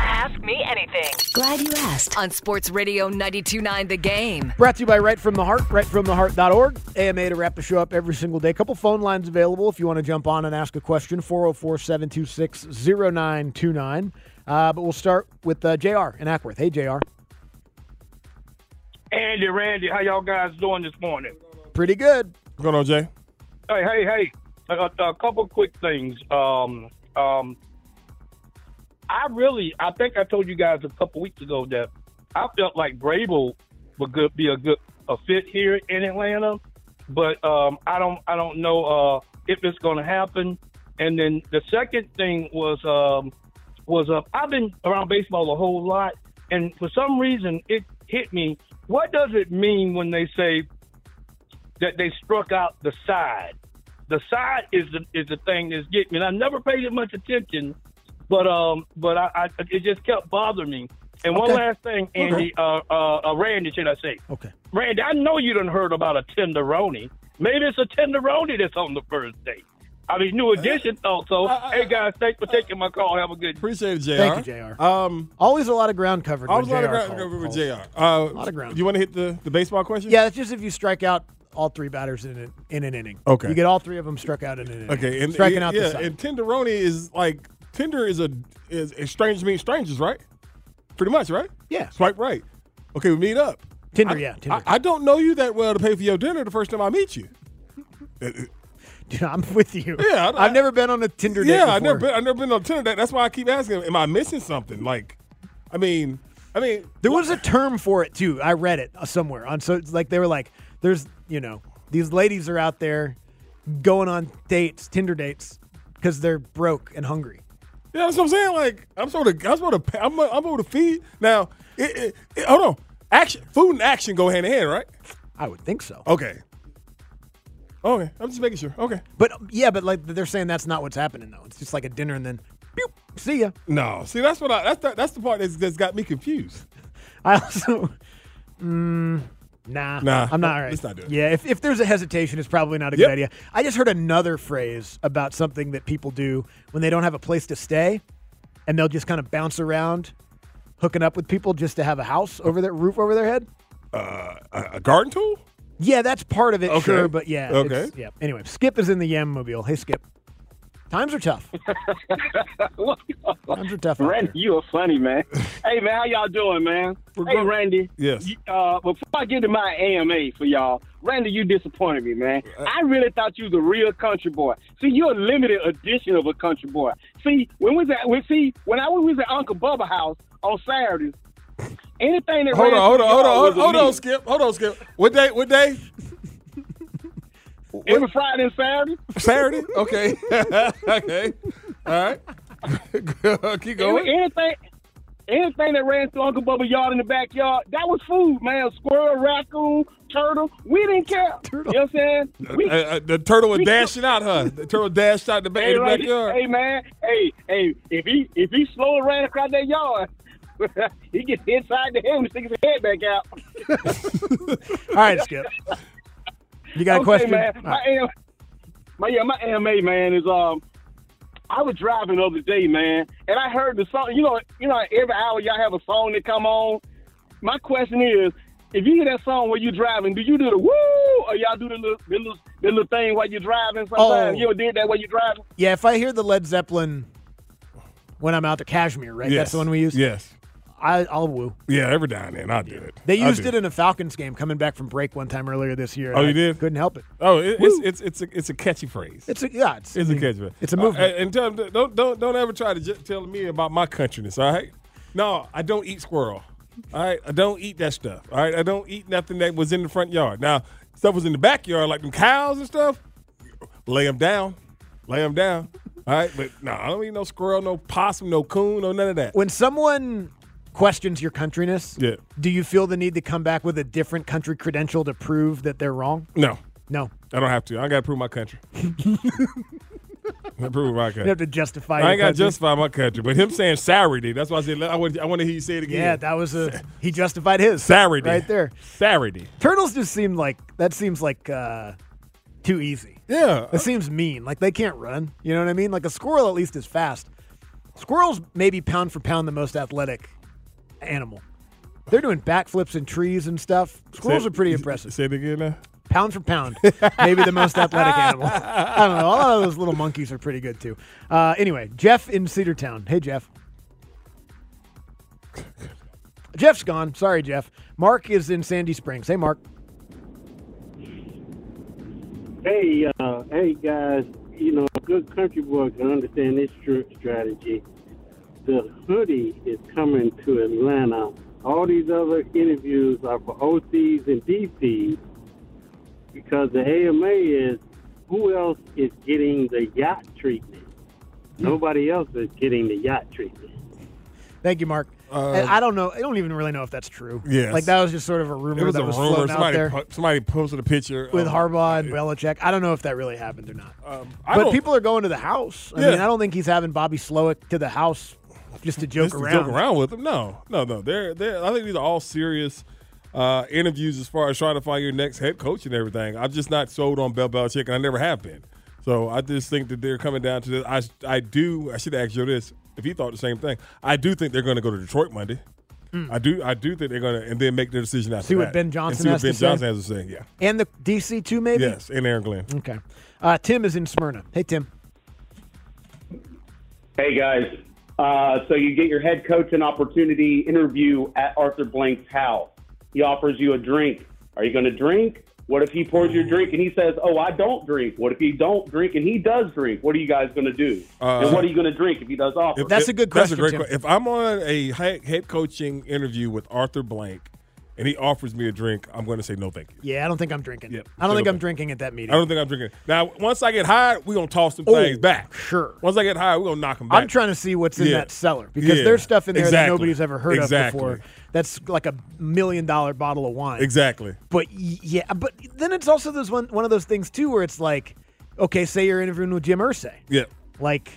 Ask me anything. Glad you asked. On Sports Radio 929 The Game. Brought to you by Right From The Heart, rightfromtheheart.org. AMA to wrap the show up every single day. A couple phone lines available if you want to jump on and ask a question 404 726 0929. But we'll start with uh, JR in Ackworth. Hey, JR. Andy, Randy, how y'all guys doing this morning? Pretty good. What's going on, Jay? Hey, hey, hey! I got a couple quick things. Um, um, I really, I think I told you guys a couple weeks ago that I felt like Brable would good, be a good a fit here in Atlanta, but um, I don't, I don't know uh, if it's going to happen. And then the second thing was um, was uh, I've been around baseball a whole lot, and for some reason it hit me. What does it mean when they say that they struck out the side. The side is the is the thing that's getting me. And I never paid it much attention, but um, but I, I it just kept bothering me. And one Okay. last thing, Andy, uh, uh, uh, Randy, should I say? Okay. Randy, I know you done heard about a tenderoni. Maybe it's a tenderoni that's on the first date. I mean, new edition also. Uh, hey guys, thanks for taking my call. Have a good. Appreciate it, JR. Thank you, JR. Um, Always a lot of ground covered. I was a lot when of JR ground calls- covered with calls. JR. Uh, lot of ground. You want to hit the, the baseball question? Yeah, that's just if you strike out all three batters in an, in an inning. Okay. You get all three of them struck out in an inning. Okay. And, Striking out yeah, the side. and tenderoni is like tender is a is is strangers meet strangers, right? Pretty much, right? Yeah. Swipe right. Okay, we meet up. Tinder, I- yeah. Tinder. I, I don't know you that well to pay for your dinner the first time I meet you. Dude, I'm with you. Yeah, I- I, have never been on a Tinder date. Yeah, I've before. never been, I've never been on Tinder. That, that's why I keep asking, am I missing something? Like, I mean, I mean, There was a term for it too. I read it uh, somewhere on so it's like they were like, "There's you know these ladies are out there going on dates, Tinder dates, because they're broke and hungry." Yeah, that's what I'm saying. Like, I'm sort of, I'm sort of, I'm, I'm able to feed. Now, it, Oh, it, it, hold on. Action, food and action go hand in hand, right? I would think so. Okay. Okay, I'm just making sure. Okay. But um, yeah, but like they're saying that's not what's happening though. It's just like a dinner and then, pew, see ya. No, see, that's what I, that's the, that's the part that's, that's got me confused. I also, mm, nah, Nah, I'm not all right. let's not do it. Yeah, if, if there's a hesitation, it's probably not a Yep. good idea. I just heard another phrase about something that people do when they don't have a place to stay, and they'll just kind of bounce around, hooking up with people just to have a house over their roof over their head. Uh, a, a garden tool? Yeah, that's part of it, Okay. sure, but yeah, it's- Okay. yeah. Anyway, Skip is in the Yam mobile. Hey, Skip. Times are tough. Times are tough. out Randy, there. you are funny, man. hey, man, how y'all doing, man? hey, good. Randy. Yes. You- Uh, before I get to my AMA for y'all, Randy, you disappointed me, man. Uh, I really thought you was a real country boy. See, you're a limited edition of a country boy. See, when was that? When see, when I was at Uncle Bubba house on Saturdays, anything that Hold on, ran hold through on, Oh, hold y'all on, was a hold meal. on, Skip. Hold on, Skip. What day? What day? Every Friday and Saturday, Saturday? Okay. okay. All right. Keep every- going. anything. Anything that ran through Uncle Bubba yard in the backyard, that was food, man. Squirrel, raccoon, turtle, we didn't care. Turtle. You know what I'm saying? Uh, uh, the turtle was dashing out, huh? The turtle dashed out the back Hey, in the right, backyard. hey man, hey, hey, if he if he slow and ran across that yard, he gets inside the head and sticks his head back out. All right, Skip. You got a okay, question? man. All My, right. AM, my yeah, my AMA man is um. I was driving the other day, man, and I heard the song. You know, you know, every hour y'all have a song that come on. My question is, if you hear that song while you driving, do you do the woo or y'all do the little the little, the little thing while you're driving? Sometimes Oh. you ever did that while you're driving? Yeah, if I hear the Led Zeppelin when I'm out to Kashmir, right? That's Yes. the one we use. Yes. I, I'll woo. Yeah, every now and then I do it. They I used do it in a Falcons game coming back from break one time earlier this year. and Oh, you I did? Couldn't help it. Oh, it, it's it's it's a, it's a catchy phrase. It's a yeah. It's, It's a catchphrase. It's a movement. Uh, and tell, don't don't don't ever try to j- tell me about my countryness. All right. No, I don't eat squirrel. All right. I don't eat that stuff. All right. I don't eat nothing that was in the front yard. Now stuff was in the backyard, like them cows and stuff. Lay them down. Lay them down. All right. But no, I don't eat no squirrel, no possum, no coon, no none of that. when someone questions your countryness, Yeah. do you feel the need to come back with a different country credential to prove that they're wrong? No, No. I don't have to. I got to prove my country. I prove my You country. have to justify I your ain't got to country. justify my country, but him saying Saturday, that's why I said I want, I want to hear you say it again. Yeah, that was a he justified his Saturday. right there. Saturday. Turtles just seem like that seems like uh too easy. Yeah. That seems mean. Like they can't run. You know what I mean? Like a squirrel at least is fast. Squirrels may be pound for pound the most athletic animal. They're doing backflips in trees and stuff. Squirrels Say- are pretty impressive. Say it again now. pound for pound, maybe the most athletic animal. I don't know. A lot of those little monkeys are pretty good too. Uh, anyway, Jeff in Cedartown. Hey, Jeff. Jeff's gone. Sorry, Jeff. Mark is in Sandy Springs. Hey, Mark. Hey, uh, hey guys, you know, a good country boy can understand this tr- strategy. The hoodie is coming to Atlanta. All these other interviews are for OCs and DCs because the AMA is who else is getting the yacht treatment? Nobody else is getting the yacht treatment. Thank you, Mark. And I don't know. I don't even really know if that's true. Uh, Yes. Like that was just sort of a rumor It was that a was rumor. floating out Somebody, there po- somebody posted a picture with of- Harbaugh and Belichick. I don't know if that really happened or not. Um, I but don't- people are going to the house. I Yeah. mean, I don't think he's having Bobby Slowick to the house just to joke just to around. joke around with them. No, no, no. They're, they're, I think these are all serious uh, interviews as far as trying to find your next head coach and everything. I'm just not sold on Bill Belichick, and I never have been. So I just think that they're coming down to this. I, I do. I should ask you this if he thought the same thing. I do think they're going to go to Detroit Monday. I do. I do think they're going to, and then make their decision after Hmm. See what that. Ben And Johnson see what has to Ben say? Johnson has to say. Yeah. And the DC too, maybe? Yes, and Aaron Glenn. Okay. Uh, Tim is in Smyrna. Hey, Tim. Hey guys, uh, so you get your head coach an opportunity interview at Arthur Blank's house. He offers you a drink. Are you going to drink? What if he pours you a drink and he says, "Oh, I don't drink." What if he don't drink and he does drink? What are you guys going to do? Uh, and what are you going to drink if he does offer? If- if- That's a great question. If I'm on a he- head coaching interview with Arthur Blank and he offers me a drink, I'm going to say no, thank you. Yeah, I don't think I'm drinking. Yep. I don't think Okay. I'm drinking at that meeting. I don't think I'm drinking. Now, once I get hired, we're going to toss some Oh, things back. Sure. Once I get hired, we're going to knock them back. I'm trying to see what's in Yeah. that cellar because Yeah. there's stuff in there that Exactly. nobody's ever heard Exactly. of before. That's like a million dollar bottle of wine. Exactly. But y- yeah, but then it's also those one one of those things too where it's like, okay, say you're interviewing with Jim Irsay. Yeah. Like,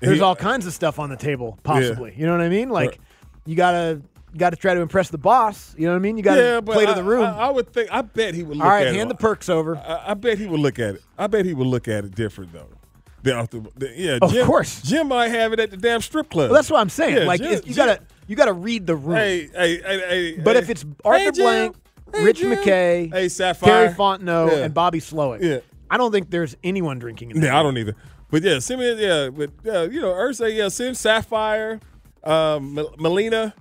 there's He- all kinds of stuff on the table possibly. You know what I mean? Like, you gotta gotta try to impress the boss. You know what I mean? You gotta yeah, but play I, to the room. I, I would think. I bet he would look all right, at hand it. the perks over. I, I bet he would look at it. I bet he would look at it different though. than Arthur, than- yeah, Of Jim, course. Jim might have it at the damn strip club. Well, that's what I'm saying. Yeah, like Jim- it's- you Jim- gotta you gotta read the room. Hey, hey, hey, hey, but hey. if it's Arthur Hey, Jim. Blank, Hey, Rich Jim. McKay, Hey, Sapphire. Terry Fontenot, Yeah. and Bobby Slowick, Yeah. I don't think there's anyone drinking in there. Yeah, I don't either. But yeah, send me yeah, but yeah, you know, Ursa, yeah, send Sapphire, um, M- Melina,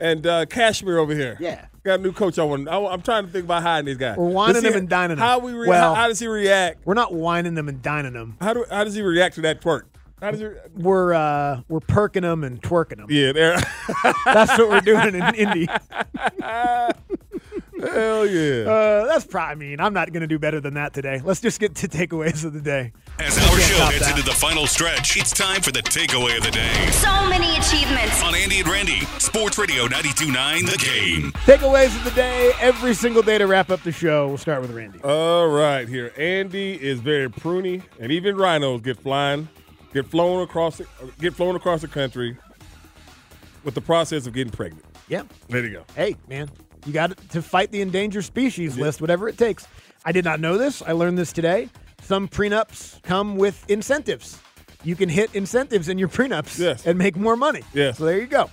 and uh, Cashmere over here. Yeah. got a new coach. I want. I, am trying to think about hiding these guys. We're whining Let's see them and dining them. How we re- Well- how, how does he react? We're not whining them and dining them. How do how does he react to that twerk? How does he? re- We're uh, we're perking them and twerking them. Yeah, there. That's what we're doing in Indy. Uh, Hell Oh, yeah. that's probably. I mean, I'm not going to do better than that today. Let's just get to takeaways of the day. As our Can't show top heads that. into the final stretch, it's time for the takeaway of the day. So many achievements. On Andy and Randy, Sports Radio 92.9 The Game. Takeaways of the day every single day to wrap up the show. We'll start with Randy. All right, here Andy is very pruny, and even rhinos get flying, get flown across, the, get flown across the country, with the process of getting pregnant. Yeah. There you go. Hey, man, you got to fight the endangered species list, whatever it takes. I did not know this. I learned this today. Some prenups come with incentives. You can hit incentives in your prenups Yes. and make more money. Yes. So there you go.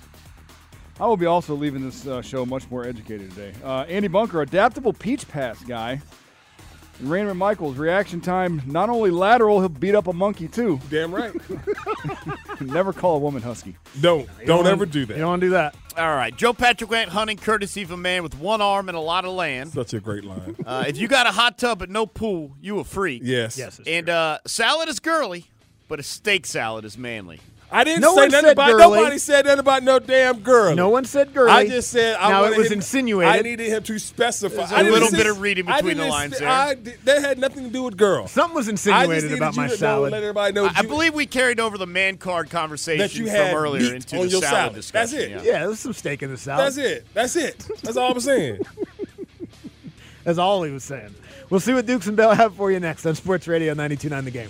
I will be also leaving this uh, show much more educated today. Uh, Andy Bunker, adaptable peach pass guy. And Raymond Michaels, reaction time, not only lateral, he'll beat up a monkey too. Damn right. Never call a woman husky. Don't. Don't ever do that. You don't want to do that. All right. Joe Patrick Grant hunting courtesy of a man with one arm and a lot of land. Such a great line. Uh, if you got a hot tub but no pool, you a freak. Yes. Yes, it's And uh, salad is girly, but a steak salad is manly. I didn't say nothing about nobody said nothing about no damn girl. No one said girly. I just said I Now, it wanted was him- insinuated. I needed him to specify. There's a I didn't little say- bit of reading I between the didn't lines say- there. I did- that had nothing to do with girl. Something was I just needed you to know, let everybody know I, I believe we carried over the man card conversation that you from had earlier meat into on the your salad, salad. That's discussion. it. yeah. Yeah, there's some steak in the salad. That's it. That's it. That's all I'm saying. That's all he was saying. We'll see what Dukes and Bell have for you next on Sports Radio 92.9 The Game.